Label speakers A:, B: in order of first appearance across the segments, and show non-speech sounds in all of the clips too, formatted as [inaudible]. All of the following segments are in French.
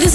A: this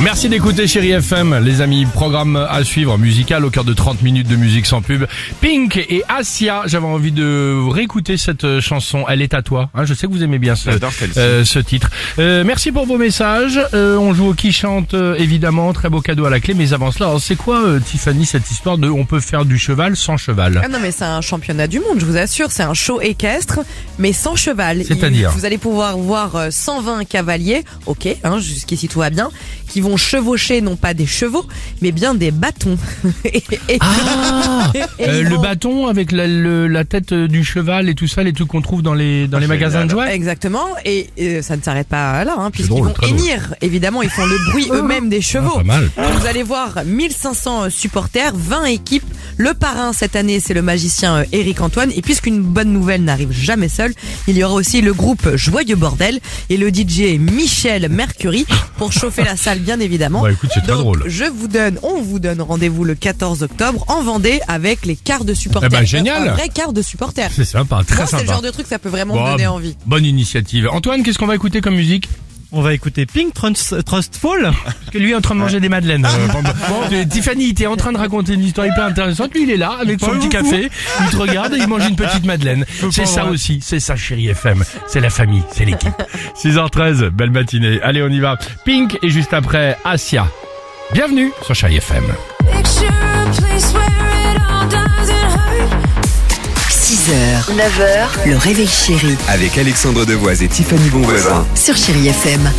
B: Merci d'écouter Chérie FM, les amis. Programme à suivre musical au cœur de 30 minutes de musique sans pub. Pink et Asia, j'avais envie de réécouter cette euh, chanson. Elle est à toi. hein. je sais que vous aimez bien ce,
C: J'adore celle-ci.
B: euh, ce titre. Euh, merci pour vos messages. Euh, on joue au qui chante euh, évidemment. Très beau cadeau à la clé. Mais avant cela, alors, c'est quoi euh, Tiffany cette histoire de on peut faire du cheval sans cheval
D: Ah non mais c'est un championnat du monde, je vous assure, c'est un show équestre, mais sans cheval.
B: C'est-à-dire
D: Il- Vous allez pouvoir voir euh, 120 cavaliers, ok, hein, jusqu'ici tout va bien, qui vont chevaucher non pas des chevaux, mais bien des bâtons. [laughs] Et- et-
B: Ah
D: et
B: [laughs] Euh,
D: ils
B: Le
D: vont-
B: bâton avec la, le- la tête euh, du cheval et tout ça, les trucs qu'on trouve dans les dans les
C: Ah, Génial.
B: magasins de jouets.
D: Exactement, et euh, ça ne s'arrête pas là, hein, puisqu'ils
B: drôle,
D: vont
B: très drôle.
D: hennir, évidemment, ils font le
B: [laughs]
D: bruit eux-mêmes des
B: Ah,
D: chevaux.
B: pas mal.
D: Donc, Vous allez voir 1500 euh, supporters, 20 équipes. Le parrain cette année, c'est le magicien euh, Eric Antoine. Et puisqu'une bonne nouvelle n'arrive jamais seule, il y aura aussi le groupe Joyeux Bordel et le DJ Michel Mercury pour chauffer la salle, bien évidemment.
B: Bah, écoute, c'est très
D: Donc,
B: drôle.
D: Je vous donne, on vous donne rendez-vous le 14 octobre en Vendée avec les quarts de supporters.
B: Eh ben, génial.
D: Un vrai quart de supporters.
B: C'est sympa, très
D: Moi, c'est
B: sympa.
D: le genre de truc, ça peut vraiment
B: Bon,
D: me donner envie.
B: Bonne initiative. Antoine, qu'est-ce qu'on va écouter comme musique
E: On va écouter Pink Trust- Trustful.
B: Parce que lui est en train de manger des madeleines. euh, [laughs] pendant- Euh, Tiffany, t'es en train de raconter une histoire hyper intéressante. Lui, il est là avec son
E: Pas
B: petit
E: beaucoup.
B: café. Il te regarde et il mange une petite madeleine.
E: Faut
B: C'est
E: pas
B: ça
E: voir.
B: aussi. C'est ça, chérie FM. C'est la famille. C'est l'équipe. [laughs] 6h13. Belle matinée. Allez, on y va. Pink et juste après, Asia. Bienvenue sur Chérie FM.
F: 6h, 9h, le réveil chéri
G: Avec Alexandre Devoise et Tiffany Bonvoisin.
F: sur Chérie FM.